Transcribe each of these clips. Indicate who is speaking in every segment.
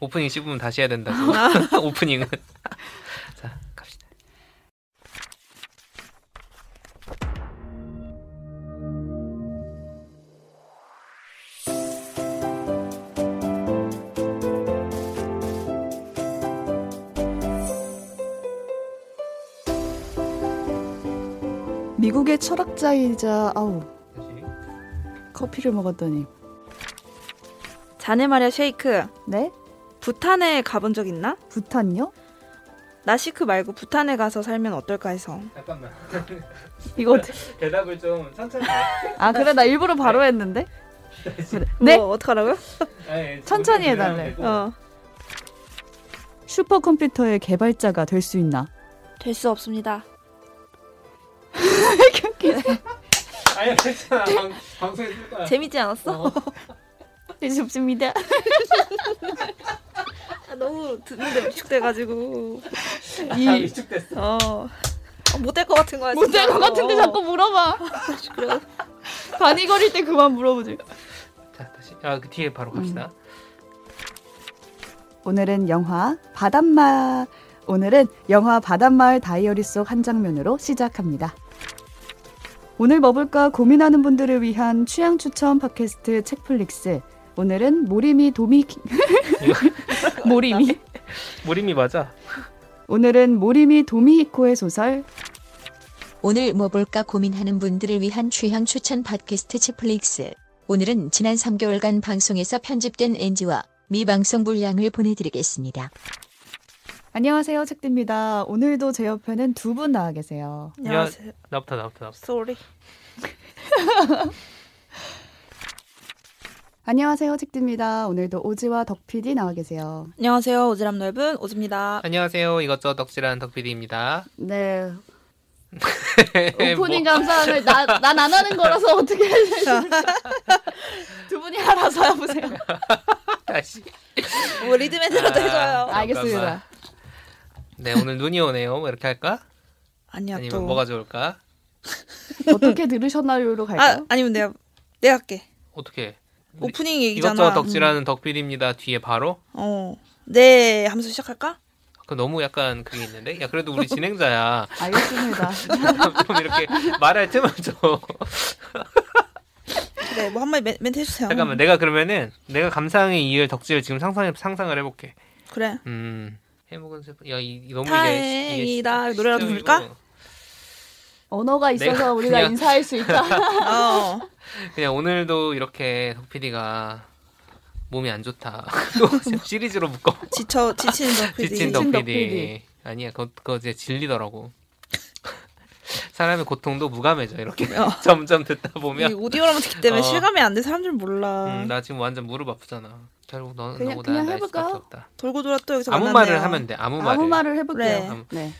Speaker 1: 오프닝 씹으면 다시 해야 된다고. 오프닝은. 자, 갑시다.
Speaker 2: 미국의 철학자이자 아우
Speaker 1: 다시.
Speaker 2: 커피를 먹었더니
Speaker 3: 자네 말야 쉐이크
Speaker 2: 네
Speaker 3: 부탄에 가본 적 있나?
Speaker 2: 부탄요?
Speaker 3: 나시크 말고 부탄에 가서 살면 어떨까 해서
Speaker 1: 잠깐만.
Speaker 2: 이거 어떻게?
Speaker 1: 대답을 좀 천천히.
Speaker 2: 아 그래 나 일부러 바로 했는데. 그래. 네
Speaker 3: 뭐 어떡하라고요?
Speaker 2: 천천히 해달래.
Speaker 3: 어.
Speaker 2: 슈퍼컴퓨터의 개발자가 될 수 있나?
Speaker 3: 될 수 없습니다
Speaker 1: 아니, 괜찮아. 방송에 쓸 거야.
Speaker 3: 재밌지 않았어?
Speaker 2: 될 수 없습니다.
Speaker 3: 아, 너무 듣는데 위축돼가지고
Speaker 2: 이
Speaker 1: 위축됐어.
Speaker 3: 어. 아, 못될 것 같은 거야
Speaker 2: 못할
Speaker 3: 진짜.
Speaker 2: 것 같은데
Speaker 3: 어.
Speaker 2: 자꾸 물어봐.
Speaker 3: 그래.
Speaker 2: 바니거릴 때 그만 물어보지.
Speaker 1: 자, 다시. 아, 그 뒤에 바로 갑시다.
Speaker 2: 오늘은 영화 바닷마 오늘은 영화 바닷마을 다이어리 속 한 장면으로 시작합니다. 오늘 먹을까 고민하는 분들을 위한 취향 추천 팟캐스트 책플릭스. 오늘은 모리미 도미 모리미
Speaker 1: 모림이 맞아.
Speaker 2: 오늘은 모리미 도미히코의 소설
Speaker 4: 오늘 뭐 볼까 고민하는 분들을 위한 취향 추천 팟캐스트 치플릭스. 오늘은 지난 3개월간 방송에서 편집된 NG와 미방송 분량을 보내드리겠습니다.
Speaker 2: 안녕하세요 책디입니다. 오늘도 제 옆에는 두 분 나와 계세요.
Speaker 3: 안녕하세요
Speaker 1: 나부터, 나부터, 나부터.
Speaker 3: 쏘리
Speaker 2: 안녕하세요 책디입니다. 오늘도 오지와 덕PD 나와 계세요.
Speaker 3: 안녕하세요 오지랖 넓은 오지입니다
Speaker 1: 안녕하세요. 이것저것 덕질하는 덕비디입니다.
Speaker 2: 네.
Speaker 1: 뭐.
Speaker 2: 오프닝 감사함을 나난 안 하는 거라서 어떻게 해야 될지 두 분이 알아서 해보세요.
Speaker 1: 다시.
Speaker 3: 뭐 리드맨으로도
Speaker 1: 아.
Speaker 3: 해줘요
Speaker 2: 알겠습니다.
Speaker 1: 네, 오늘 눈이 오네요. 뭐 이렇게 할까?
Speaker 3: 아니야
Speaker 1: 아니면
Speaker 3: 또
Speaker 1: 뭐가 좋을까?
Speaker 2: 어떻게 들으셨나요로
Speaker 3: 아,
Speaker 2: 갈까요?
Speaker 3: 아니면 내가 내가 할게
Speaker 1: 어떻게? 네.
Speaker 3: 오프닝 얘기잖아 음. 어.
Speaker 1: 이것저것 덕질하는 덕비디입니다. 뒤에 바로.
Speaker 3: 어네 하면서 시작할까?
Speaker 1: 그 너무 약간 그게 있는데. 야, 그래도 우리 진행자야.
Speaker 2: 알겠습니다.
Speaker 1: 좀 이렇게 말할 틈을 줘.
Speaker 3: 음. 그래 뭐 한마디 멘- 멘트 해주세요
Speaker 1: 잠깐만, 내가 그러면은 내가 감상에 이을 덕질을 지금 상상 상상을 해볼게.
Speaker 3: 그래
Speaker 1: 음, 해먹은 슬픔. 야, 이, 이 너무 이게 시- 이게 시-
Speaker 3: 다행이다 노래라도
Speaker 1: 시점이고.
Speaker 3: 부를까?
Speaker 2: 언어가 있어서
Speaker 1: 내가
Speaker 2: 우리가
Speaker 1: 그냥-
Speaker 2: 인사할 수 있다.
Speaker 3: 어
Speaker 1: 그냥 오늘도 이렇게 덕 PD가 몸이 안 좋다. 또 시리즈로 묶어.
Speaker 3: 지쳐 지친 덕피디
Speaker 1: 지친
Speaker 2: 덕
Speaker 1: 덕
Speaker 2: PD.
Speaker 1: PD. 아니야, 그거, 그거 이제 질리더라고. 사람의 고통도 무감해져 이렇게
Speaker 3: 어.
Speaker 1: 점점 듣다
Speaker 3: 이
Speaker 1: 보면.
Speaker 3: 오디오라마 듣기 때문에
Speaker 1: 어.
Speaker 3: 실감이 안 돼 사람들은 몰라
Speaker 1: 음, 나 지금 완전 무릎 아프잖아. 결국 너는
Speaker 2: 그냥-
Speaker 1: 너보다
Speaker 2: 그냥
Speaker 1: 나일
Speaker 2: 해볼까?
Speaker 1: 수밖에 없다.
Speaker 3: 돌고 돌아 또 여기서
Speaker 1: 아무
Speaker 3: 만났네요.
Speaker 1: 말을 하면 돼. 아무 음. 말을.
Speaker 2: 아무 말을 해볼게요. 네.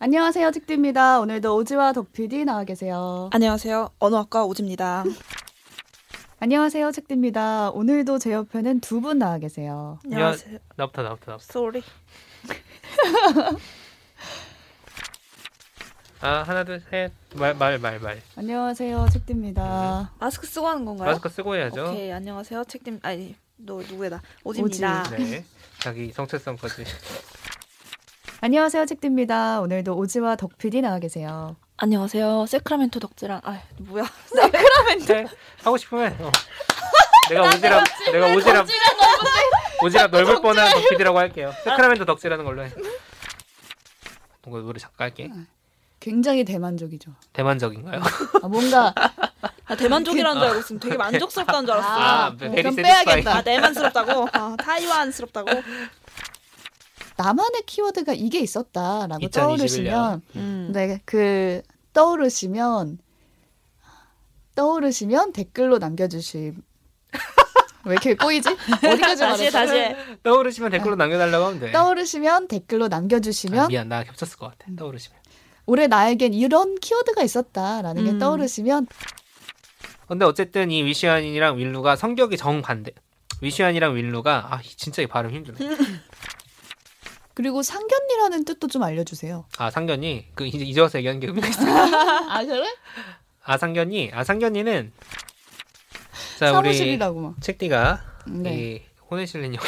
Speaker 2: 안녕하세요 책디입니다. 오늘도 오지와 덕PD 나와 계세요.
Speaker 1: 아.
Speaker 3: 안녕하세요 언어학과 오지입니다
Speaker 2: 안녕하세요 책디입니다. 오늘도 제 옆에는 두 분 나와 계세요.
Speaker 3: 안녕하세요
Speaker 1: 나부터 나부터 나부터.
Speaker 3: 쏘리
Speaker 1: 아 하나 둘셋말말말 말, 말.
Speaker 2: 안녕하세요 책디입니다.
Speaker 3: 마스크 쓰고 하는 건가요?
Speaker 1: 마스크 쓰고 해야죠.
Speaker 3: 오케이 안녕하세요 책님 아니 너 누구야 나 오지입니다
Speaker 2: 오지.
Speaker 1: 네. 자기 정체성까지. 네.
Speaker 2: 안녕하세요 책디입니다. 오늘도 오지와 덕PD 나와 계세요.
Speaker 3: 안녕하세요 세크라멘토 덕질한 아 뭐야
Speaker 1: 네. 하고 싶으면. 어. 내가 오지랖 내가 오지랖 오지랖 넓을 뻔한 덕질이라고 할게요. 세크라멘토 덕질하는 걸로 해. 뭔가 노래 잠깐 할게.
Speaker 2: 굉장히 대만족이죠.
Speaker 1: 대만적인가요?
Speaker 2: 아, 뭔가
Speaker 3: 나 아, 대만족이라는 줄 알고 있으면 되게 만족스럽다는 줄 알았어
Speaker 1: 아,
Speaker 2: 아,
Speaker 1: very
Speaker 2: 좀
Speaker 1: satisfying.
Speaker 2: 빼야겠다.
Speaker 3: 아 내만스럽다고 아, 타이완스럽다고
Speaker 2: 아, 나만의 키워드가 이게 있었다라고
Speaker 1: 2021년.
Speaker 2: 떠오르시면
Speaker 3: 음.
Speaker 2: 네, 그 떠오르시면 떠오르시면 댓글로 남겨 주심. 왜 이렇게 꼬이지?
Speaker 3: 네.
Speaker 2: 어디까지
Speaker 3: 다시
Speaker 2: 말했어?
Speaker 3: 해, 다시 해.
Speaker 1: 떠오르시면 댓글로 남겨달라고 하면 돼.
Speaker 2: 떠오르시면 댓글로 남겨
Speaker 1: 아,
Speaker 2: 주시면
Speaker 1: 미안 나 겹쳤을 것 같아. 떠오르시면.
Speaker 2: 올해 나에겐 이런 키워드가 있었다라는 게
Speaker 3: 음.
Speaker 2: 떠오르시면
Speaker 1: 근데 어쨌든 이 위시안이랑 윌루가 성격이 정반대. 위시안이랑 윌루가 아 진짜 이 발음 힘드네.
Speaker 2: 그리고 상견례라는 뜻도 좀 알려 주세요.
Speaker 1: 아 상견이 그 이제 잊어서 얘기하는 게 의미가 있어.
Speaker 2: 아, 그래?
Speaker 1: 아상견이 아상견이는 자 우리
Speaker 2: 사무실이라고 막.
Speaker 1: 책디가
Speaker 2: 네.
Speaker 1: 이 호네실린 여기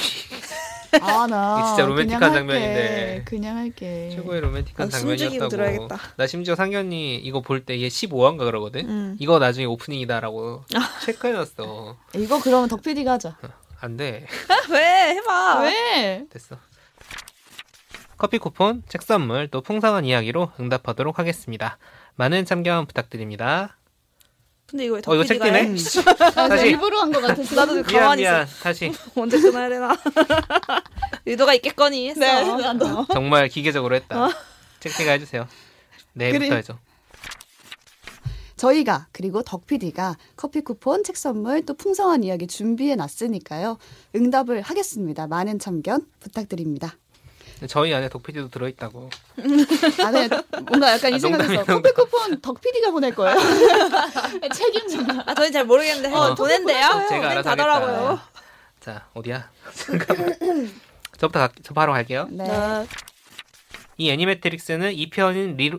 Speaker 2: 아나
Speaker 1: 이게 진짜 로맨틱한
Speaker 2: 그냥 할게.
Speaker 1: 장면인데.
Speaker 2: 그냥 할게.
Speaker 1: 최고의 로맨틱한
Speaker 3: 아, 숨 죽이고
Speaker 1: 장면이었다고.
Speaker 3: 들어야겠다.
Speaker 1: 나 심지어 상견이 이거 볼 때 얘 15화인가 그러거든.
Speaker 3: 음. 아.
Speaker 1: 이거 나중에 오프닝이다라고 체크해놨어.
Speaker 2: 이거 그러면 덕 PD가 하자.
Speaker 1: 안 돼.
Speaker 3: 왜
Speaker 2: 아.
Speaker 3: 해봐?
Speaker 2: 왜?
Speaker 1: 됐어. 커피 쿠폰, 책 선물, 또 풍성한 이야기로 응답하도록 하겠습니다. 많은 참견 부탁드립니다.
Speaker 3: 근데 이거 왜
Speaker 1: 어, 이거
Speaker 3: 덕질이가
Speaker 1: 책
Speaker 3: 해?
Speaker 1: 뛰네?
Speaker 2: 아, 나
Speaker 1: 다시.
Speaker 2: 일부러 한 것 같아서.
Speaker 3: 나도
Speaker 1: 미안
Speaker 3: 가만히 있어.
Speaker 1: 미안. 다시
Speaker 3: 언제 끊어야 되나? 의도가 있겠거니 했어.
Speaker 2: 네, 나도.
Speaker 3: 어.
Speaker 1: 정말 기계적으로 했다. 책띠가 해주세요. 내일부터
Speaker 2: 그래.
Speaker 1: 해줘.
Speaker 2: 저희가 그리고 덕 PD가 커피 쿠폰, 책 선물 또 풍성한 이야기 준비해 놨으니까요. 응답을 하겠습니다. 많은 참견 부탁드립니다.
Speaker 1: 근데 저희 안에 독피디도 들어있다고.
Speaker 2: 아, 네. 뭔가 약간
Speaker 1: 아,
Speaker 2: 이 생각에서
Speaker 1: 농담이에요,
Speaker 2: 커피 쿠폰 덕 PD가 보낼 거예요. 네, 책임져.
Speaker 3: 아, 저희 잘 모르겠는데
Speaker 1: 어.
Speaker 3: 보낸대요.
Speaker 1: 제가 알아서
Speaker 3: 다더라고요.
Speaker 1: 하겠다. 자 어디야? 잠깐만. 저부터 가, 저 바로 갈게요.
Speaker 2: 네.
Speaker 1: 이 애니메트릭스는 2편인 리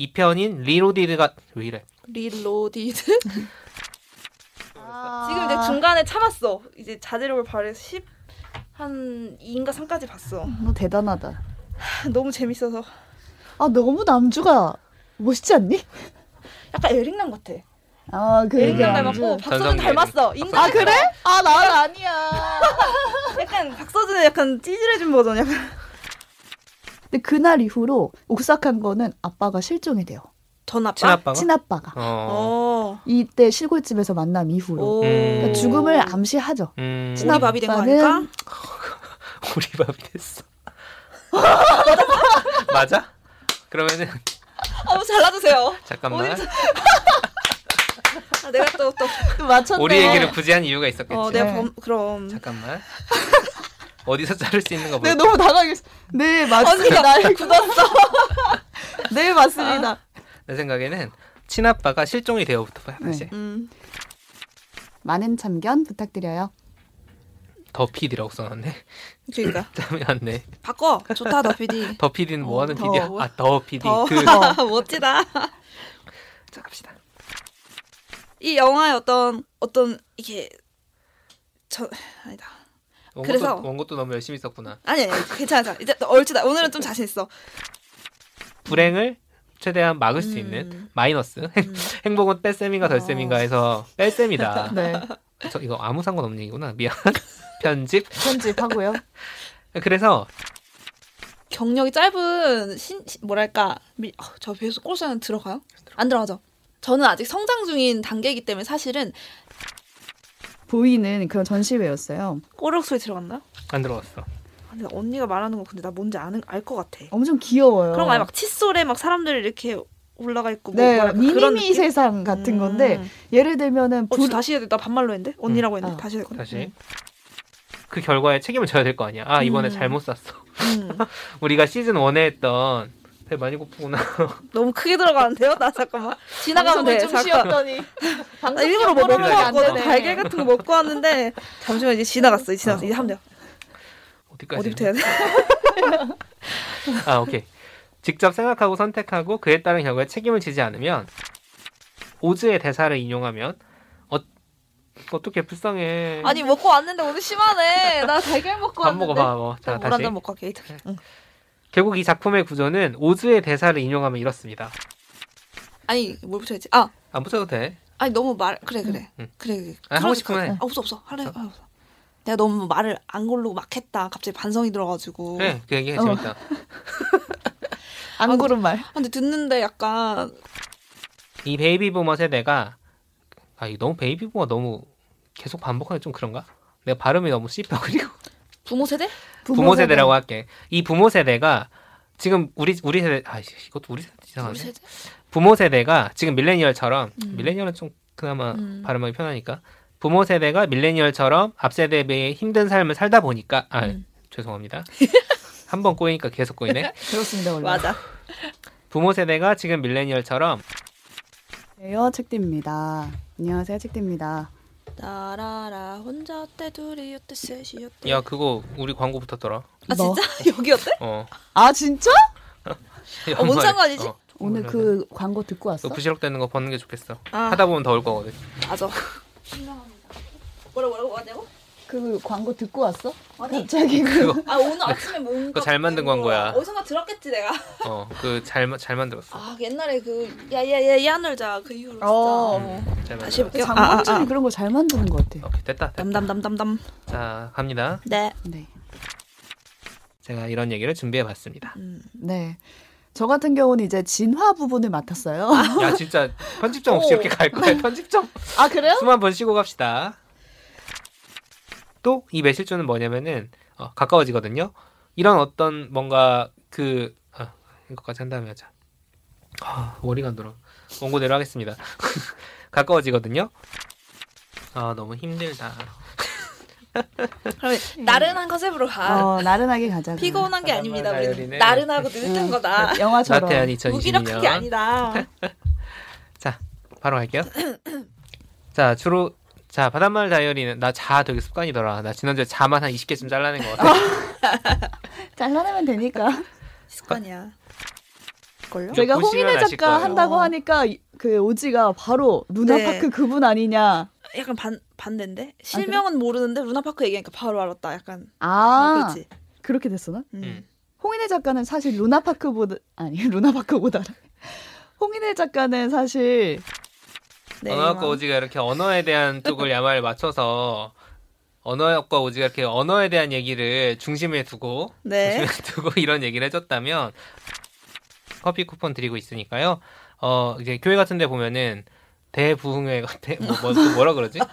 Speaker 1: 2편인 리로디드가 왜 이래?
Speaker 3: 리로디드.
Speaker 2: 아.
Speaker 3: 아. 지금 내
Speaker 2: 중
Speaker 3: 중간에 참았어. 이제 자제력을 발휘해서 10, 한 2인가 3까지 봤어.
Speaker 2: 너 대단하다.
Speaker 3: 너무 재밌어서.
Speaker 2: 아 너무 남주가 멋있지 않니?
Speaker 3: 약간 에릭남 같아.
Speaker 2: 아 그래.
Speaker 3: 에릭남
Speaker 1: 음.
Speaker 3: 닮았고 박서준
Speaker 1: 전성기
Speaker 3: 닮았어. 인간.
Speaker 2: 아 그래? 아 난 아니야.
Speaker 3: 약간 박서준의 약간 찌질해진 버전. 약간.
Speaker 2: 근데 그날 이후로 옥삭한 거는 아빠가 실종이 돼요.
Speaker 3: 전 아빠?
Speaker 1: 친아빠가?
Speaker 2: 친아빠가
Speaker 1: 어.
Speaker 3: 어.
Speaker 2: 이때 실골집에서 만남 이후로
Speaker 3: 오.
Speaker 1: 그러니까
Speaker 2: 죽음을 암시하죠.
Speaker 1: 음.
Speaker 3: 우리 밥이 된거
Speaker 2: 음. 친아빠는-
Speaker 3: 아닐까?
Speaker 1: 우리 밥이 됐어. 맞아? 그러면은
Speaker 3: 어, 잘라주세요.
Speaker 1: 잠깐만.
Speaker 3: 아, 내가 또, 또.
Speaker 2: 그 맞췄네.
Speaker 1: 우리 얘기를 굳이 한 이유가 있었겠지.
Speaker 3: 어,
Speaker 2: 네.
Speaker 3: 내가 범, 그럼.
Speaker 1: 잠깐만. 어디서 자를 수 있는 거
Speaker 2: 네
Speaker 1: 볼까?
Speaker 2: 너무 당황했어. 네 맞습니다. 날 굳었어. 네 맞습니다.
Speaker 1: 내 생각에는 친아빠가 실종이 되어부터 봐요. 다시
Speaker 3: 음.
Speaker 2: 많은 참견 부탁드려요.
Speaker 1: 더 PD라고 써놨네.
Speaker 3: 그러니까.
Speaker 1: 짬이 안 네.
Speaker 3: 바꿔. 좋다, 더 PD.
Speaker 1: 더 PD는 뭐 하는
Speaker 2: 더.
Speaker 1: PD야? 아, 더 PD.
Speaker 3: 더.
Speaker 1: 그
Speaker 3: 멋지다.
Speaker 1: 자, 갑시다.
Speaker 3: 이 영화의 어떤, 어떤, 이게, 저, 아니다.
Speaker 1: 원고도,
Speaker 3: 그래서-
Speaker 1: 원고도 너무 열심히 썼구나.
Speaker 3: 아니, 아니, 괜찮아. 이제 얼추다. 오늘은 좀 자신있어.
Speaker 1: 불행을 최대한 막을 수
Speaker 3: 음. 어.
Speaker 1: 있는 마이너스. 행복은 뺄셈인가 덜셈인가 해서 뺄셈이다.
Speaker 2: 네
Speaker 1: 저 이거 아무 상관없는 얘기구나. 미안. 편집.
Speaker 2: 편집하고요.
Speaker 1: 그래서
Speaker 3: 경력이 짧은, 신, 신- 뭐랄까. 미, 어, 저 배수 꼴수는 들어가요? 안 들어가죠. 저는 아직 성장 중인 단계이기 때문에 사실은
Speaker 2: 보이는 그런 전시회였어요.
Speaker 3: 꼬르륵 소리 들어갔나요?
Speaker 1: 안 들어갔어.
Speaker 3: 근데 언니가 말하는 거 근데 나 뭔지 아는 알 것 같아.
Speaker 2: 엄청 귀여워요.
Speaker 3: 그런 거 아니 막 칫솔에 막 사람들이 이렇게 올라가 있고 뭐
Speaker 2: 어. 네
Speaker 3: 뭐랄까
Speaker 2: 미니미
Speaker 3: 그런 느낌?
Speaker 2: 세상 같은 건데
Speaker 3: 음.
Speaker 2: 예를 들면은
Speaker 3: 어, 저
Speaker 2: 불
Speaker 3: 다시 해야 돼. 나 반말로 했는데 언니라고 했는데
Speaker 2: 아,
Speaker 3: 다시 해야 돼.
Speaker 1: 다시. 그 결과에 책임을 져야 될 거 아니야. 아, 이번에
Speaker 3: 네. 음.
Speaker 1: 잘못 샀어.
Speaker 3: 음.
Speaker 1: 우리가 시즌 1에 했던 배 많이 고프구나.
Speaker 3: 너무 크게 들어가는데요? 나 잠깐만 지나가면 돼. 잠깐. 나 일부러 뭐 먹고 왔거든. 달걀 같은 거 먹고 왔는데 잠시만 이제 지나갔어. 이제
Speaker 2: 아.
Speaker 3: 지나갔어. 이제 하면 돼.
Speaker 1: 어디까지? 네.
Speaker 3: 어디부터 해야 돼?
Speaker 1: 아, 오케이. 직접 생각하고 선택하고 그에 따른 결과에 책임을 지지 않으면 오즈의 대사를 인용하면 어, 어떻게 불쌍해.
Speaker 3: 아니 먹고 왔는데 오늘 심하네. 나 달걀 먹고
Speaker 1: 밥
Speaker 3: 왔는데.
Speaker 1: 먹어봐. 뭐. 자,
Speaker 3: 물
Speaker 1: 다시.
Speaker 3: 한잔 먹고 갈게. 이따. 응.
Speaker 1: 결국 이 작품의 구조는 오즈의 대사를 인용하면 이렇습니다.
Speaker 3: 아니 뭘 붙여야지? 아
Speaker 1: 안 붙여도 돼.
Speaker 3: 아니 너무 말 그래 그래
Speaker 1: 응.
Speaker 3: 그래 그래.
Speaker 1: 아, 하고
Speaker 3: 그러니까.
Speaker 1: 싶으면 해.
Speaker 3: 아, 없어 없어 하래 없어. 없어. 내가 너무 말을 안 고르고 막 했다. 갑자기 반성이 들어가지고.
Speaker 1: 그래, 그 얘기
Speaker 2: 어.
Speaker 1: 재밌다.
Speaker 2: 안 고른 말.
Speaker 3: 아, 근데 듣는데 약간
Speaker 1: 이 베이비 부머 세대가 아, 이거 너무 베이비 부머 너무 계속 반복하는 좀 그런가? 내가 발음이 너무 씹혀 그리고
Speaker 3: 부모 세대?
Speaker 1: 부모 세대라고 할게. 이 부모 세대가 지금 우리 우리 세대 아 이것도 우리 세대 이상하네.
Speaker 3: 우리 세대?
Speaker 1: 부모 세대가 지금 밀레니얼처럼
Speaker 3: 음.
Speaker 1: 밀레니얼은 좀 그나마
Speaker 3: 음.
Speaker 1: 발음하기 편하니까 부모 세대가 밀레니얼처럼 앞 세대에 비해 힘든 삶을 살다 보니까 아
Speaker 3: 음.
Speaker 1: 죄송합니다. 한 번 꼬이니까 계속 꼬이네.
Speaker 2: 그렇습니다 원래.
Speaker 3: 맞아.
Speaker 1: 부모 세대가 지금 밀레니얼처럼
Speaker 2: 안녕하세요 책대입니다. 안녕하세요 책대입니다.
Speaker 3: 나라라 혼자 어때 둘이 어때 셋이 어때?
Speaker 1: 야 그거 우리 광고 붙었더라.
Speaker 3: 아
Speaker 2: 너.
Speaker 3: 진짜 여기 어때?
Speaker 1: 어.
Speaker 2: 아 진짜?
Speaker 3: 어, 뭔 상관이지?
Speaker 2: 오늘 그 광고 듣고
Speaker 1: 네. 너
Speaker 2: 왔어?
Speaker 1: 부시럭대는 거 버는 게 좋겠어.
Speaker 3: 아.
Speaker 1: 하다 보면 더울 거거든.
Speaker 3: 맞아. 뭐라 뭐라고 뭐라고?
Speaker 2: 그 광고 듣고 왔어? 갑자기 그
Speaker 1: 그거
Speaker 5: 아 오늘 아침에 뭔가
Speaker 1: 그거 잘 만든
Speaker 5: 그거
Speaker 1: 광고야.
Speaker 5: 어디선가 들었겠지 내가.
Speaker 1: 어그잘잘 잘 만들었어.
Speaker 5: 아 옛날에 그 야야야 야놀자 그 이후로 진짜.
Speaker 3: 어.
Speaker 1: 음, 잘 만들었어.
Speaker 3: 다시 해볼게요. 아, 아,
Speaker 2: 장범준이 그런 거 잘 만드는 것 같아.
Speaker 1: 오케이 됐다 됐다.
Speaker 3: 담담담담담.
Speaker 1: 자 갑니다.
Speaker 3: 네.
Speaker 2: 네.
Speaker 1: 제가 이런 얘기를 준비해봤습니다.
Speaker 3: 음.
Speaker 2: 네. 저 같은 경우는 이제 진화 부분을 맡았어요.
Speaker 1: 야 진짜 편집점 없이
Speaker 5: 오.
Speaker 1: 이렇게 갈 거야
Speaker 3: 네.
Speaker 1: 편집점.
Speaker 2: 아,
Speaker 5: 어?
Speaker 2: 그래요?
Speaker 1: 숨 한 번 쉬고 갑시다. 또 이 매실주는 뭐냐면은 어, 가까워지거든요. 이런 어떤 뭔가 그 아, 이것까지 한 다음에 하자. 아, 머리가 안 돌아. 원고대로 하겠습니다. 가까워지거든요. 아 너무 힘들다.
Speaker 5: 그럼 나른한 컨셉으로
Speaker 3: 아.
Speaker 5: 가.
Speaker 2: 음. 어, 나른하게 가자. 그럼.
Speaker 5: 피곤한 게
Speaker 1: 바닷말
Speaker 5: 아닙니다. 우리
Speaker 1: 다이어리네. 네.
Speaker 5: 나른하고 느긋한
Speaker 2: 응.
Speaker 5: 거다.
Speaker 2: 네, 영화처럼.
Speaker 1: 나태한
Speaker 5: 무기력한 게
Speaker 1: 2022년
Speaker 5: 아니다.
Speaker 1: 바로 할게요. 자 주로 자 바닷말 다이어리는 나 자 되게 습관이더라. 나 지난주에 자만 한 20개쯤 잘라낸 것 같아.
Speaker 2: 잘라내면 되니까.
Speaker 3: 습관이야. 걸요?
Speaker 1: 저-
Speaker 2: 제가
Speaker 1: 보시면
Speaker 2: 홍인혜
Speaker 1: 아실
Speaker 2: 작가
Speaker 1: 거예요.
Speaker 2: 한다고 하니까 이- 그 오지가 바로 루나파크 그분 아니냐.
Speaker 3: 약간 반 반대인데 실명은 모르는데 루나파크 얘기하니까 바로 알았다. 약간 어,
Speaker 2: 아,
Speaker 3: 그렇지.
Speaker 2: 그렇게 됐었나?
Speaker 3: 음.
Speaker 1: 음.
Speaker 2: 홍인혜 작가는 사실 루나파크보다 아니 루나파크보다 홍인혜 작가는 사실
Speaker 3: 네,
Speaker 1: 언어학과
Speaker 3: 이만.
Speaker 1: 오지가 이렇게 언어에 대한 쪽을 야마를 맞춰서 언어학과 오지가 이렇게 언어에 대한 얘기를 중심에 두고
Speaker 3: 네.
Speaker 1: 중심에 두고 이런 얘기를 해줬다면 커피 쿠폰 드리고 있으니까요. 어 이제 교회 같은데 보면은 대부흥회 같아 뭐, 뭐, 그 뭐라 그러지? 네.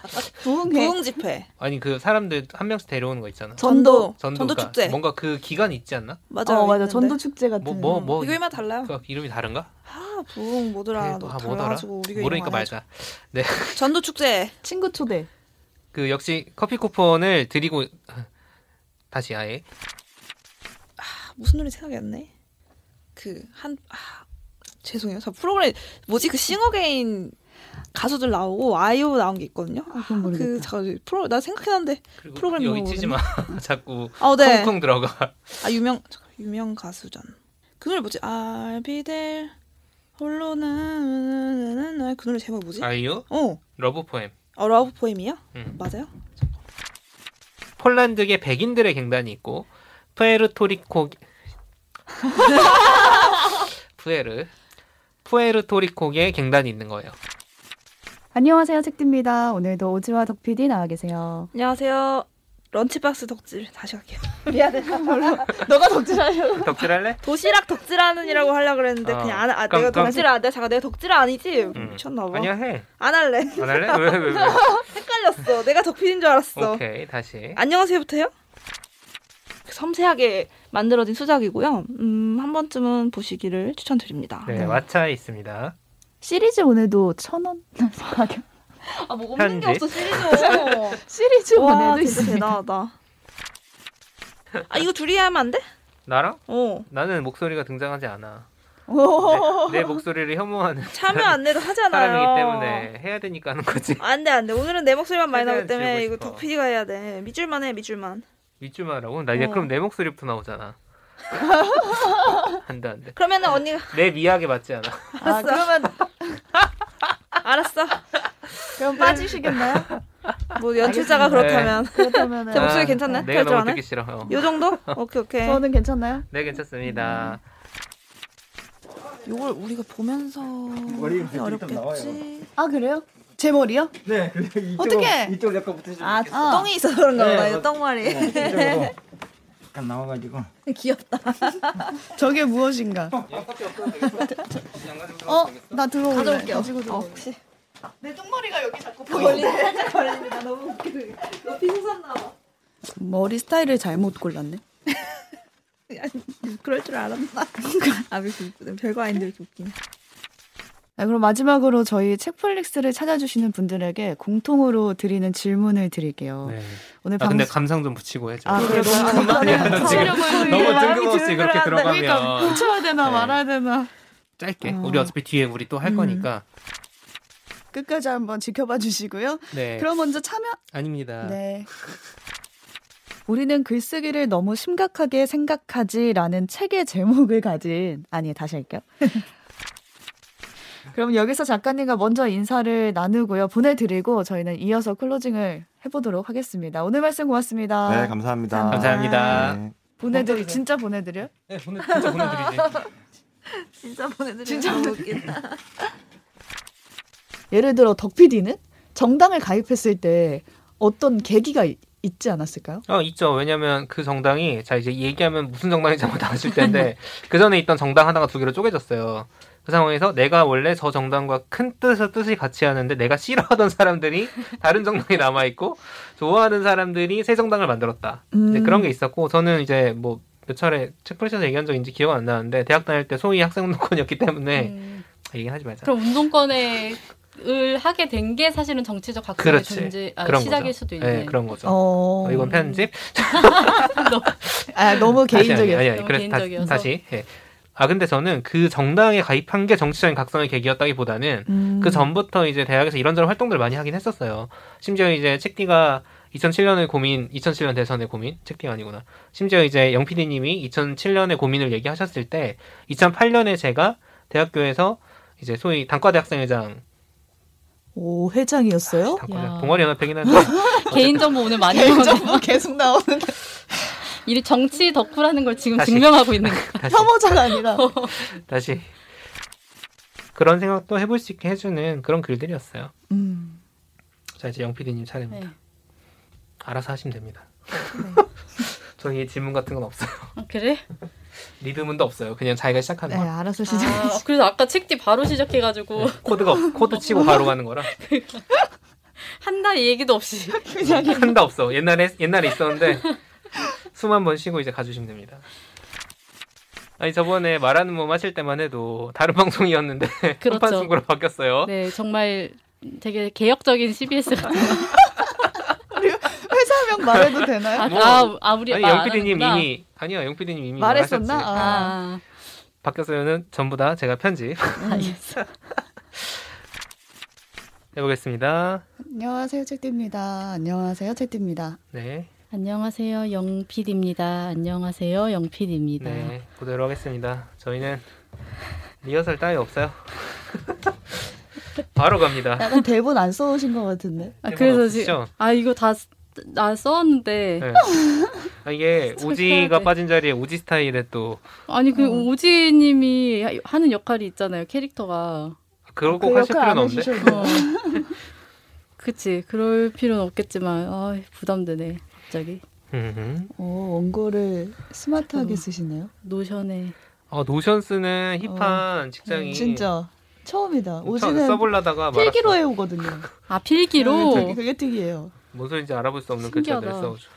Speaker 2: 부흥회
Speaker 3: 부흥 집회.
Speaker 1: 아니 그 사람들 한 명씩 데려오는 거 있잖아.
Speaker 3: 전도.
Speaker 1: 전도,
Speaker 3: 전도
Speaker 1: 그러니까
Speaker 3: 축제.
Speaker 1: 뭔가 그 기간이 있지 않나?
Speaker 3: 맞아요.
Speaker 2: 어 맞아
Speaker 3: 있는데.
Speaker 2: 전도 축제 같은
Speaker 1: 뭐 뭐 뭐
Speaker 3: 이거 이만 달라요.
Speaker 1: 그 이름이 다른가?
Speaker 3: 아, 부흥 뭐더라.
Speaker 1: 아,
Speaker 3: 너
Speaker 1: 뭐더라?
Speaker 3: 달라가지고 우리가
Speaker 1: 모르니까
Speaker 3: 이거 안 하죠.
Speaker 1: 말자.
Speaker 3: 전도 축제.
Speaker 2: 친구 초대
Speaker 1: 그 역시 커피 쿠폰을 드리고 다시 아예
Speaker 3: 아, 무슨 노래 생각이 안 나? 그한 아, 죄송해요. 저 프로그램 뭐지 그 싱어게인 가수들 나오고 아이오 나온 게 있거든요.
Speaker 2: 아, 그건 모르겠다.
Speaker 3: 그 잠깐 프로 나 생각해놨는데
Speaker 1: 그리고
Speaker 3: 프로그램
Speaker 1: 여기
Speaker 3: 뭐거든요?
Speaker 1: 치지 마. 자꾸
Speaker 3: 아 네.
Speaker 1: 쿵쿵 들어가.
Speaker 3: 아 유명 잠깐, 유명 가수전. 그 노래 뭐지? I'll be there 홀로 나나나나 그 노래 제목 뭐지?
Speaker 1: 아이유
Speaker 3: 어,
Speaker 1: 러브 포엠.
Speaker 3: 어 러브 포엠이요?
Speaker 1: 음.
Speaker 3: 맞아요?
Speaker 1: 폴란드계 백인들의 갱단이 있고 푸에르토리코 푸에르 푸에르토리코계 갱단이 있는 거예요.
Speaker 2: 안녕하세요 책디입니다 오늘도 오지와 덕PD 나와 계세요
Speaker 3: 안녕하세요. 런치박스 덕질 다시 갈게요.
Speaker 2: 미안해 너가 덕질하려고
Speaker 1: 덕질할래?
Speaker 5: 도시락 덕질하는이라고 하려고 그랬는데
Speaker 1: 어.
Speaker 5: 그냥 안, 아
Speaker 1: 그럼,
Speaker 5: 내가
Speaker 1: 그럼.
Speaker 5: 덕질 안 돼. 잠깐 내가 덕질 아니지?
Speaker 1: 음.
Speaker 3: 미쳤나 봐.
Speaker 1: 아니야 해.
Speaker 5: 안 할래.
Speaker 1: 안 할래? 왜 왜 왜?
Speaker 5: 헷갈렸어. 내가 덕질인 줄 알았어.
Speaker 1: 오케이 다시.
Speaker 3: 아,
Speaker 5: 안녕하세요부터요? 섬세하게 만들어진 수작이고요. 음, 한 번쯤은 보시기를 추천드립니다.
Speaker 1: 네
Speaker 3: 음.
Speaker 1: 왓챠에 있습니다.
Speaker 2: 시리즈 오늘도 천 원 가격
Speaker 5: 아, 뭐
Speaker 1: 없는 게 편지? 없어,
Speaker 5: 시리즈.
Speaker 2: 시리즈
Speaker 3: 와
Speaker 2: 오늘도
Speaker 3: 진짜
Speaker 2: 있습니다
Speaker 3: 대단하다. 아 이거 둘이 하면 안 돼?
Speaker 1: 나랑
Speaker 3: 어
Speaker 1: 나는 목소리가 등장하지 않아.
Speaker 2: 오.
Speaker 1: 내, 내 목소리를 혐오하는
Speaker 3: 참여 안내도 하잖아요.
Speaker 1: 사람이기 때문에 해야 되니까 하는 거지.
Speaker 3: 안돼 안돼 오늘은 내 목소리만 많이 나오기
Speaker 1: 최대한
Speaker 3: 때문에
Speaker 1: 지우고
Speaker 3: 이거
Speaker 1: 싶어.
Speaker 3: 덕피디가 해야 돼 밑줄만 해 밑줄만
Speaker 1: 밑줄만하라고? 나 이제
Speaker 3: 어.
Speaker 1: 그럼 내 목소리부터 나오잖아. 안돼 안돼.
Speaker 3: 그러면은 언니가
Speaker 1: 내 미학에 맞지 않아.
Speaker 2: 아, 그러면
Speaker 3: 알았어
Speaker 2: 그럼 빠지시겠나요?
Speaker 3: 뭐 연출자가
Speaker 1: 알겠습니다.
Speaker 3: 그렇다면
Speaker 2: 그렇다면은
Speaker 3: 제 목소리
Speaker 1: 아,
Speaker 3: 괜찮네?
Speaker 1: 내가
Speaker 3: 될줄
Speaker 1: 너무
Speaker 3: 아네?
Speaker 1: 듣기 싫어. 어.
Speaker 3: 요 정도 오케이 오케이
Speaker 2: 저는 괜찮나요?
Speaker 1: 네 괜찮습니다.
Speaker 3: 요걸 우리가 보면서
Speaker 6: 머리 밑에 좀
Speaker 3: 아, 어렵겠지
Speaker 6: 나와요.
Speaker 2: 아 그래요? 제 머리요?
Speaker 6: 네, 그래서 이쪽으로,
Speaker 3: 어떡해?
Speaker 6: 이쪽으로 약간 붙으시면
Speaker 3: 아
Speaker 6: 좋겠어요.
Speaker 3: 똥이 있어서 그런가
Speaker 6: 네,
Speaker 3: 봐요
Speaker 6: 맞-
Speaker 3: 똥말이
Speaker 6: 네, 이쪽으로 약간 나와가지고
Speaker 3: 귀엽다
Speaker 2: 저게 무엇인가? 어, 나 들어올래. 가져올게요. 그 가지고 들어올래.
Speaker 3: 혹시 어,
Speaker 2: 머리 스타일을 잘못 골랐네.
Speaker 3: 그럴 줄 알았나 아 그래서 이쁘다. 별거 아닌데 왜 이렇게 웃기냐
Speaker 2: 네, 그럼 마지막으로 저희 책플릭스를 찾아주시는 분들에게 공통으로 드리는 질문을 드릴게요.
Speaker 1: 네.
Speaker 2: 오늘
Speaker 1: 아
Speaker 2: 방송
Speaker 1: 근데 감상 좀 붙이고 해줘.
Speaker 2: 아, 그래 너무 아,
Speaker 1: 너 지금 너무 뜬금없이 그렇게 들어가면
Speaker 2: 그러니까 붙여야 되나
Speaker 1: 네.
Speaker 2: 말아야 되나
Speaker 1: 짧게.
Speaker 2: 어.
Speaker 1: 우리 어차피 뒤에 우리 또 할
Speaker 2: 음.
Speaker 1: 거니까.
Speaker 2: 끝까지 한번 지켜봐 주시고요.
Speaker 1: 네.
Speaker 2: 그럼 먼저 참여
Speaker 1: 아닙니다.
Speaker 2: 네. 우리는 글쓰기를 너무 심각하게 생각하지라는 책의 제목을 가진 아니 다시 할게요. 그럼 여기서 작가님과 먼저 인사를 나누고요. 보내드리고 저희는 이어서 클로징을 해보도록 하겠습니다. 오늘 말씀 고맙습니다.
Speaker 7: 네, 감사합니다.
Speaker 1: 감사합니다.
Speaker 7: 네.
Speaker 2: 보내드리 진짜 보내드려?
Speaker 1: 네, 보내 진짜 보내드리지.
Speaker 3: 진짜 보내드려요.
Speaker 2: 진짜
Speaker 3: 너무 웃긴다.
Speaker 2: 예를 들어 덕 PD는 정당을 가입했을 때 어떤 계기가 이- 있지 않았을까요?
Speaker 1: 어 있죠. 왜냐하면 그 정당이 자 이제 얘기하면 무슨 정당인지 한번 나왔을 텐데 그 전에 있던 정당 하나가 두 개로 쪼개졌어요. 그 상황에서 내가 원래 저 정당과 큰 뜻을 뜻이 같이 하는데 내가 싫어하던 사람들이 다른 정당에 남아 있고 좋아하는 사람들이 새 정당을 만들었다. 이제 그런
Speaker 8: 음.
Speaker 1: 게 있었고 저는 이제 뭐 몇 차례 책프리에서 얘기한 적인지 기억 안 나는데 대학 다닐 때 소위 학생운동권이었기 때문에
Speaker 8: 음,
Speaker 1: 얘기는 하지 말자.
Speaker 8: 그럼 운동권을 하게 된 게 사실은 정치적 각성의
Speaker 1: 그렇지.
Speaker 8: 존재 아,
Speaker 1: 그런
Speaker 8: 시작일
Speaker 1: 거죠.
Speaker 8: 수도 있는
Speaker 1: 네, 그런 거죠.
Speaker 2: 어,
Speaker 1: 어, 이건 편집.
Speaker 2: 아, 너무 개인적이었어요.
Speaker 1: 아니, 예. 아니, 아니,
Speaker 8: 너무
Speaker 1: 그래서 다-
Speaker 8: 개인적이어서.
Speaker 1: 다시. 예. 아 근데 저는 그 정당에 가입한 게 정치적인 각성의 계기였다기보다는
Speaker 2: 음.
Speaker 1: 그 전부터 이제 대학에서 이런저런 활동들을 많이 하긴 했었어요. 심지어 이제 책디가 2007년의 고민, 2007년 대선의 고민, 책디가 아니구나. 심지어 이제 영PD님이 2007년의 고민을 얘기하셨을 때 2008년에 제가 대학교에서 이제 소위 단과대학생회장,
Speaker 2: 오 회장이었어요?
Speaker 8: 야.
Speaker 1: 단과대 동아리 연합회긴 한데
Speaker 8: 개인정보 오늘 많이 나오네.
Speaker 2: 개인정보 계속 나오는
Speaker 8: 이 정치 덕후라는 걸 지금
Speaker 1: 다시.
Speaker 8: 증명하고 있는 거야.
Speaker 1: 다시
Speaker 2: 혐오자가 아니라
Speaker 8: 어.
Speaker 1: 다시 그런 생각도 해볼 수 있게 해주는 그런 글들이었어요.
Speaker 2: 음.
Speaker 1: 자 이제 영PD님 차례입니다.
Speaker 8: 네.
Speaker 1: 알아서 하시면 됩니다. 저희 질문 같은 건 없어요.
Speaker 8: 아, 그래?
Speaker 1: 리듬은도 없어요. 그냥 자기가
Speaker 2: 네
Speaker 1: 시작하는 거야. 네.
Speaker 2: 알아서 시작
Speaker 8: 아, 그래서 아까 책디 바로 시작해가지고
Speaker 1: 코드가 없- 코드 치고 바로 가는 거라
Speaker 8: 한다 이 얘기도 없이
Speaker 1: 한다 없어. 옛날에 옛날에 있었는데 숨 한 번 쉬고 이제 가주시면 됩니다. 아니 저번에 말하는 몸 하실 때만 해도 다른 방송이었는데
Speaker 8: 그렇죠.
Speaker 1: 한판 승부로 바뀌었어요.
Speaker 8: 네 정말 되게 개혁적인 CBS 같은
Speaker 2: 회사명 말해도 되나요?
Speaker 8: 아,
Speaker 1: 뭐,
Speaker 8: 아, 아 우리
Speaker 1: 아니
Speaker 8: 말
Speaker 1: 영
Speaker 8: 안
Speaker 1: PD님
Speaker 8: 하는구나.
Speaker 1: 이미 아니요 영 PD님 이미
Speaker 2: 말했었나?
Speaker 1: 말하셨지.
Speaker 2: 아.
Speaker 8: 아
Speaker 1: 바뀌었어요는 전부 다 제가 편집
Speaker 2: 음.
Speaker 8: 알겠어
Speaker 1: 해보겠습니다.
Speaker 2: 안녕하세요 책디입니다. 안녕하세요 책디입니다.
Speaker 1: 네,
Speaker 8: 안녕하세요 영PD입니다 안녕하세요 영PD입니다
Speaker 1: 네 그대로 하겠습니다. 저희는 리허설 따위 없어요. 바로 갑니다.
Speaker 2: 약간 대본 안 써오신 것 같은데.
Speaker 8: 아,
Speaker 1: 대본
Speaker 8: 그래서
Speaker 1: 없으시죠?
Speaker 8: 지금 아 이거 다 나 써왔는데
Speaker 1: 네. 아, 이게
Speaker 8: 진짜 해야
Speaker 1: 오지가
Speaker 8: 돼.
Speaker 1: 빠진 자리에 오지 스타일에 또
Speaker 8: 아니 그
Speaker 2: 어.
Speaker 8: 오지님이 하- 하는 역할이 있잖아요
Speaker 2: 어.
Speaker 8: 캐릭터가
Speaker 1: 그걸 꼭 하실 필요는 없네.
Speaker 8: 어. 그치 그럴 필요는 없겠지만 아 부담되네 갑자기
Speaker 1: 음흠.
Speaker 2: 어, 원고를 스마트하게
Speaker 8: 어.
Speaker 2: 쓰시네요.
Speaker 8: 노션에
Speaker 1: 어, 노션 쓰는 힙한 직장이
Speaker 2: 어. 네, 음, 진짜 처음이다.
Speaker 1: 처음
Speaker 2: 오지는
Speaker 1: 써보려다가
Speaker 2: 필기로
Speaker 1: 말았어.
Speaker 2: 해오거든요.
Speaker 8: 아
Speaker 2: 네,
Speaker 8: 필기로
Speaker 2: 되게- 그게 특이해요.
Speaker 1: 뭔 소리인지 알아볼 수 없는
Speaker 8: 신기하다.
Speaker 1: 글자들을 써오죠.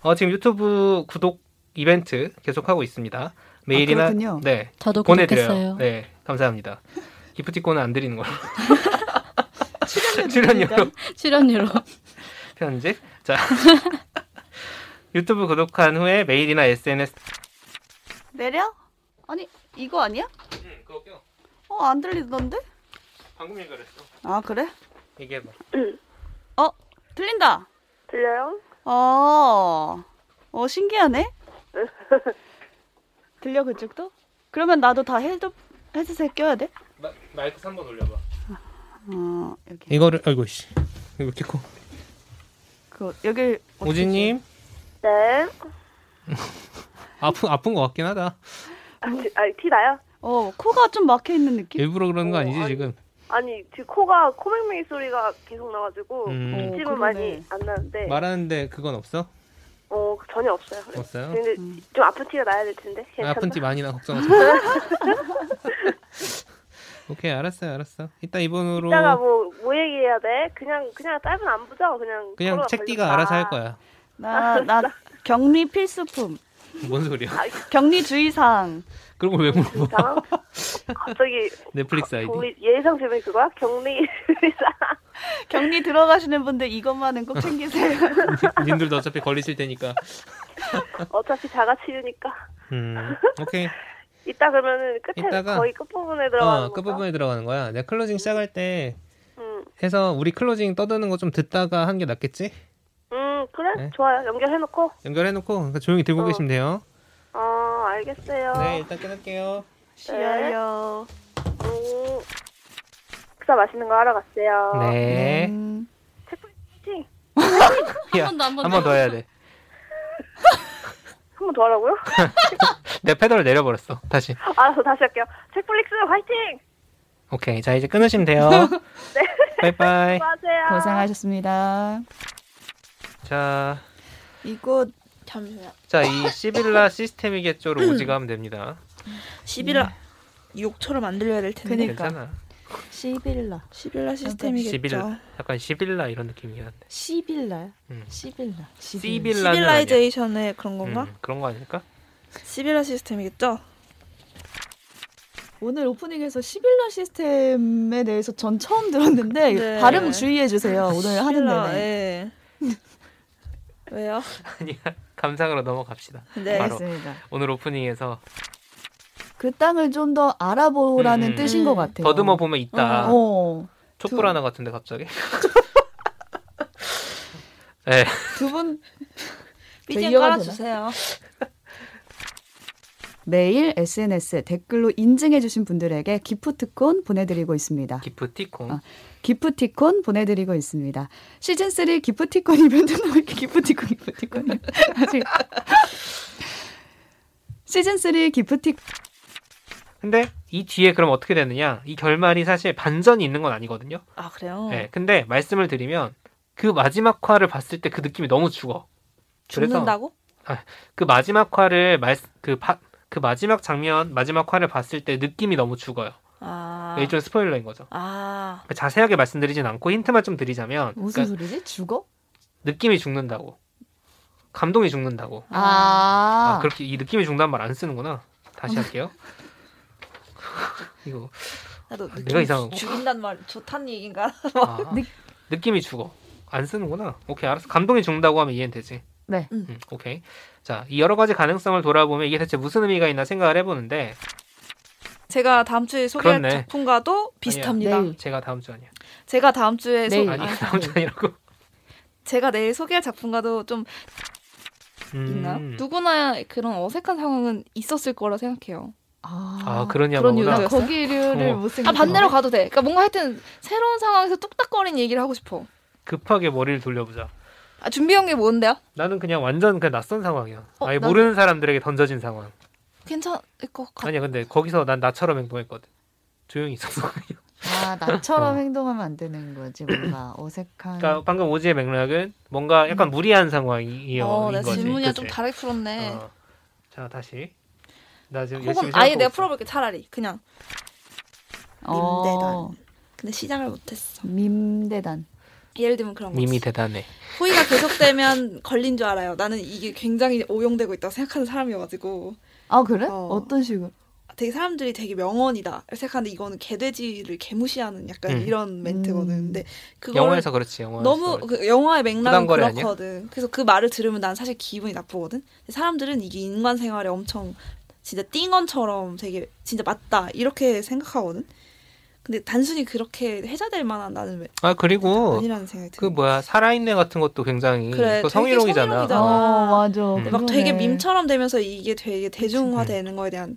Speaker 1: 어, 지금 유튜브 구독 이벤트 계속하고 있습니다. 메일이나
Speaker 2: 아, 그렇군요.
Speaker 1: 네
Speaker 8: 저도
Speaker 1: 보내드려요.
Speaker 8: 구독했어요
Speaker 1: 네 감사합니다. 기프티콘은 안 드리는 걸로
Speaker 2: 출연료
Speaker 1: 출연료로.
Speaker 2: 드리니까.
Speaker 8: 출연료로
Speaker 1: 편집. 자 유튜브 구독한 후에 메일이나 SNS
Speaker 5: 내려? 아니 이거 아니야?
Speaker 1: 응, 그거 껴.
Speaker 5: 어 안 들리던데?
Speaker 1: 방금 연결했어.
Speaker 5: 아 그래?
Speaker 1: 얘기해봐.
Speaker 5: 들린다.
Speaker 9: 들려요?
Speaker 5: 어, 어 신기하네. 들려 그쪽도? 그러면 나도 다 헤드 헤드셋 껴야 돼?
Speaker 1: 마, 마이크 3번 올려봐.
Speaker 5: 어 여기
Speaker 1: 이거를 아이고 씨. 이거 이렇게 커.
Speaker 5: 그 여기 어떻게
Speaker 1: 오지님 음.
Speaker 9: 네.
Speaker 1: 아픈 아픈 거 같긴 하다.
Speaker 9: 아, 지- 아니, 티 나요?
Speaker 5: 어 코가 좀 막혀 있는 느낌?
Speaker 1: 일부러 그러는 거 아니지
Speaker 9: 어, 아니.
Speaker 1: 지금?
Speaker 9: 아니, 지금 코가 코맹맹이 소리가 계속 나가지고,
Speaker 1: 음,
Speaker 5: 어.
Speaker 9: 지금
Speaker 5: 그러네.
Speaker 9: 많이 안 나는데,
Speaker 1: 말하는데 그건 없어?
Speaker 9: 어, 전혀 없어요.
Speaker 1: 없어요? 음.
Speaker 9: 근데 좀 아픈 티가 나야 될 텐데. 네, 괜찮나?
Speaker 1: 아픈 티 많이 나 걱정하지. 마. 오케이 알았어요 알았어. 이따 이번으로
Speaker 9: 이따가 뭐, 뭐 얘기해야 돼? 그냥, 그냥 짧은 안 보자. 그냥.
Speaker 1: 그냥
Speaker 9: 코로나
Speaker 1: 책디가
Speaker 9: 걸렸다.
Speaker 1: 알아서 할 거야.
Speaker 5: 나 나 격리 필수품,
Speaker 1: 뭔 소리야?
Speaker 9: 아,
Speaker 5: 격리 주의사항.
Speaker 1: 그런 걸 왜 물어봐?
Speaker 9: 이상? 갑자기,
Speaker 1: 넷플릭스 아이디.
Speaker 9: 격리, 예상 제목 그거야? 격리,
Speaker 5: 격리 들어가시는 분들 이것만은 꼭 챙기세요.
Speaker 1: 님들도 어차피 걸리실 테니까.
Speaker 9: 어차피 자가치유니까.
Speaker 1: 음 오케이.
Speaker 9: 이따 그러면은 끝에,
Speaker 1: 이따가-
Speaker 9: 거의 끝부분에 들어가는
Speaker 1: 어
Speaker 9: 거.
Speaker 1: 끝부분에 들어가는 거야. 내가 클로징 시작할 때
Speaker 9: 음,
Speaker 1: 해서 우리 클로징 떠드는 거 좀 듣다가 한 게 낫겠지?
Speaker 9: 음, 그래?
Speaker 1: 네.
Speaker 9: 좋아요. 연결해놓고.
Speaker 1: 연결해놓고 그러니까 조용히 들고
Speaker 9: 어.
Speaker 1: 계시면 돼요.
Speaker 9: 어, 알겠어요.
Speaker 1: 네, 일단 끊을게요.
Speaker 3: 네.
Speaker 5: 쉬어요.
Speaker 9: 음, 식사 맛있는 거 하러 갔어요.
Speaker 1: 네.
Speaker 2: 음,
Speaker 9: 책플 화이팅!
Speaker 8: 한 번 더, 한 번 더.
Speaker 1: 한 번 더 해야 돼.
Speaker 9: 한 번 더 하라고요?
Speaker 1: 내 페달을 내려버렸어. 다시.
Speaker 9: 알았어, 다시 할게요. 넷플릭스 화이팅!
Speaker 1: 오케이. 자, 이제 끊으시면 돼요. 바이바이.
Speaker 9: 수고하세요.
Speaker 2: 고생하셨습니다.
Speaker 1: 자,
Speaker 2: 이곳
Speaker 3: 잠시만.
Speaker 1: 자, 이 시빌라 시스템이겠죠로 오지가면 됩니다.
Speaker 3: 11라 6초를 만들려야 될 텐데.
Speaker 2: 그니까.
Speaker 1: 괜찮아.
Speaker 2: 시빌라.
Speaker 3: 11라 시스템이겠죠.
Speaker 1: 시빌라. 약간 시빌라 이런 느낌이긴 한데.
Speaker 2: 시빌라.
Speaker 1: 음.
Speaker 2: 시빌라.
Speaker 1: 시빌라는 아니야.
Speaker 3: 시빌라이제이션의 그런 건가?
Speaker 1: 음, 그런 거 아닐까?
Speaker 3: 시빌라 시스템이겠죠?
Speaker 2: 오늘 오프닝에서 시빌라 시스템에 대해서 전 처음 들었는데
Speaker 3: 네.
Speaker 2: 발음 주의해 주세요. 오늘 하는
Speaker 3: 시빌라,
Speaker 2: 내내.
Speaker 3: 예. 왜요?
Speaker 1: 아니야. 감상으로 넘어갑시다.
Speaker 2: 예.
Speaker 3: 네.
Speaker 1: 바로
Speaker 2: 알겠습니다.
Speaker 1: 오늘 오프닝에서
Speaker 2: 그 땅을 좀 더 알아보라는
Speaker 1: 음.
Speaker 2: 뜻인 것
Speaker 3: 음.
Speaker 2: 같아요.
Speaker 1: 더듬어 보면 있다.
Speaker 2: 네. 어.
Speaker 1: 촛불
Speaker 2: 두-
Speaker 1: 하나 같은데 갑자기. 네.
Speaker 2: 두분
Speaker 3: 삐띵
Speaker 2: 이어가
Speaker 3: 깔아주세요.
Speaker 2: 매일 SNS 댓글로 인증해 주신 분들에게 기프트콘 보내드리고 있습니다.
Speaker 1: 기프티콘.
Speaker 2: 아. 기프티콘 보내드리고 있습니다. 시즌 3 기프티콘 이벤트는 왜 이렇게 기프티콘 기프티콘 아직 시즌 3 기프티
Speaker 1: 근데 이 뒤에 그럼 어떻게 되느냐? 이 결말이 사실 반전이 있는 건 아니거든요.
Speaker 3: 아
Speaker 2: 어.
Speaker 3: 그래요?
Speaker 1: 네, 근데 말씀을 드리면 그 마지막 화를 봤을 때 그 느낌이 너무 죽어. 그래서
Speaker 3: 죽는다고?
Speaker 1: 그 마지막 화를 말그 그 마지막 장면 마지막 화를 봤을 때 느낌이 너무 죽어요.
Speaker 3: 아.
Speaker 1: 일종 스포일러인 거죠.
Speaker 3: 아.
Speaker 1: 그러니까 자세하게 말씀드리진 않고 힌트만 좀 드리자면
Speaker 2: 무슨
Speaker 1: 그러니까
Speaker 2: 소리지? 죽어?
Speaker 1: 느낌이 죽는다고 감동이 죽는다고 아,
Speaker 2: 아, 어.
Speaker 1: 그렇게 이 느낌이 죽는다는 말 안 쓰는구나. 다시 할게요. 이거
Speaker 3: 나도
Speaker 1: 아, 내가
Speaker 3: 느낌
Speaker 1: 이상한 거?
Speaker 3: 죽인단 말 좋다는 얘기인가?
Speaker 5: 어,
Speaker 1: 아, 느낌이 죽어. 안 쓰는구나. 오케이, 알았어. 감동이 죽는다고 하면 이해는 되지.
Speaker 2: 네.
Speaker 3: 음.
Speaker 1: 음, 오케이. 자, 이 여러 가지 가능성을 돌아보면 이게 대체 무슨 의미가 있나 생각을 해보는데
Speaker 3: 제가 다음 주에 소개할
Speaker 1: 그렇네.
Speaker 3: 작품과도 비슷합니다.
Speaker 2: 내일.
Speaker 1: 제가 다음 주 아니야.
Speaker 3: 제가 다음 주에 소...
Speaker 5: 예.
Speaker 2: 내일.
Speaker 1: 아니,
Speaker 3: 아,
Speaker 1: 다음 주 아니라고.
Speaker 3: 제가 내일 소개할 작품과도 좀
Speaker 1: 음.
Speaker 5: 있나요? 누구나 그런 어색한 상황은 있었을 거라 생각해요.
Speaker 1: 아,
Speaker 2: 아,
Speaker 1: 그러냐
Speaker 5: 그런
Speaker 1: 보구나.
Speaker 5: 이유였어요?
Speaker 2: 거기를
Speaker 1: 어.
Speaker 2: 못 생각.
Speaker 5: 아 반대로 가도 돼. 그러니까 뭔가 하여튼 새로운 상황에서 뚝딱거리는 얘기를 하고 싶어.
Speaker 1: 급하게 머리를 돌려보자.
Speaker 5: 아, 준비한 게 뭔데요?
Speaker 1: 나는 그냥 완전 그냥 낯선 상황이야.
Speaker 5: 어, 아.
Speaker 1: 아예
Speaker 5: 나-
Speaker 1: 모르는 사람들에게 던져진 상황.
Speaker 5: 괜찮을 것 같아.
Speaker 1: 아니야, 근데 거기서 난 나처럼 행동했거든. 조용히 있었어.
Speaker 5: 음.
Speaker 2: 아 나처럼 행동하면 안 되는 거지 뭔가 어색한.
Speaker 1: 어. 그러니까 방금 오지의 맥락은 뭔가 약간 무리한 상황이인
Speaker 5: 음. 어, 나
Speaker 1: 거지.
Speaker 5: 질문이랑
Speaker 1: 그치?
Speaker 5: 좀 다르게 풀었네.
Speaker 1: 어. 자, 다시. 나 지금 열심히
Speaker 3: 예. 혹은 아예
Speaker 1: 생각하고
Speaker 3: 내가
Speaker 1: 있어.
Speaker 3: 풀어볼게 차라리 그냥
Speaker 2: 어,
Speaker 3: 근데 시작을 못했어.
Speaker 2: 밈대단.
Speaker 3: 예를 들면 그런 거지.
Speaker 1: 님이 대단해.
Speaker 3: 호의가 계속되면 걸린 줄 알아요. 나는 이게 굉장히 오용되고 있다고 생각하는 사람이어가지고
Speaker 2: 아 그래?
Speaker 3: 어.
Speaker 2: 어. 떤 식으로?
Speaker 3: 되게 사람들이 되게 명언이다 생각하는데 이거는 개돼지를 개무시하는 약간
Speaker 1: 음.
Speaker 3: 이런 멘트거든.
Speaker 2: 음.
Speaker 3: 근데 그거를
Speaker 1: 영화에서 그렇지. 영화에서.
Speaker 3: 너무 그 영화의 맥락은
Speaker 1: 부당거래 아니야?
Speaker 3: 그렇거든. 그래서 그 말을 들으면 난 사실 기분이 나쁘거든. 근데 사람들은 이게 인간 생활에 엄청 진짜 띵언처럼 되게 진짜 맞다 이렇게 생각하거든. 근데 단순히 그렇게 해자될 만한 나는 왜-
Speaker 1: 아 그리고
Speaker 3: 어, 아니라는 생각이
Speaker 1: 그
Speaker 3: 드는 거야.
Speaker 1: 뭐야 살아있네 같은 것도 굉장히
Speaker 3: 그래,
Speaker 1: 그거
Speaker 3: 되게
Speaker 1: 성희롱이잖아.
Speaker 3: 성희롱이잖아.
Speaker 1: 어.
Speaker 2: 어 맞아.
Speaker 1: 음.
Speaker 3: 막 되게
Speaker 2: 그러네.
Speaker 3: 밈처럼 되면서 이게 되게 대중화되는 거에 대한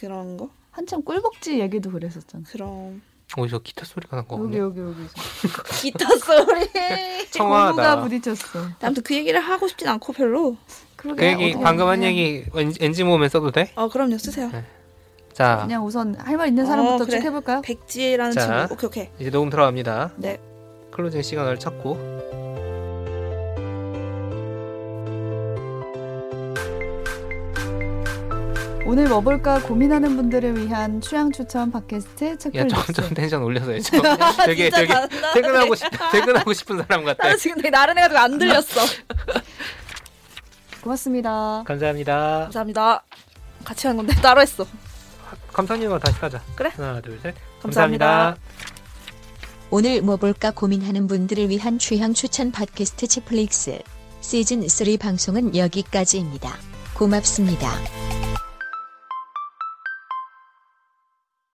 Speaker 3: 그런 거?
Speaker 2: 한참 꿀벅지 얘기도 그랬었잖아.
Speaker 3: 그런
Speaker 1: 어디서 기타 소리가 난 거 같네.
Speaker 2: 여기 여기 여기.
Speaker 3: 기타 소리.
Speaker 2: 공부가
Speaker 1: 청아하다.
Speaker 2: 부딪혔어.
Speaker 3: 아무튼 그 얘기를 하고 싶진 않고 별로.
Speaker 1: 그 얘기
Speaker 2: 어떡해.
Speaker 1: 방금 한
Speaker 3: 네.
Speaker 2: 그냥-
Speaker 1: 얘기 엔- 엔지 모으면 써도 돼?
Speaker 3: 어 그럼요 쓰세요.
Speaker 1: 자
Speaker 2: 그냥 우선 할 말 있는 사람부터
Speaker 3: 어, 그래.
Speaker 2: 쭉 해볼까요?
Speaker 3: 백지라는
Speaker 1: 자.
Speaker 3: 친구. 오케이 오케이.
Speaker 1: 이제 녹음 들어갑니다.
Speaker 3: 네.
Speaker 1: 클로징 시간을 찾고
Speaker 2: 오늘 뭐 볼까 고민하는 분들을 위한 취향 추천 팟캐스트
Speaker 1: 야점점
Speaker 2: 책플릭스.
Speaker 1: 텐션 올려서 해줘. 되게 되게 퇴근하고 싶 퇴근하고 싶은 사람 같아.
Speaker 3: 나도 지금 되게 나른해가지고 안 들렸어.
Speaker 2: 고맙습니다.
Speaker 1: 감사합니다.
Speaker 3: 감사합니다. 같이 한 건데 따로 했어.
Speaker 1: 감사님과 다시 가자.
Speaker 3: 그래.
Speaker 1: 하나 둘 셋.
Speaker 3: 감사합니다.
Speaker 4: 오늘 뭐 볼까 고민하는 분들을 위한 취향 추천 팟캐스트 치플릭스 시즌 3 방송은 여기까지입니다. 고맙습니다.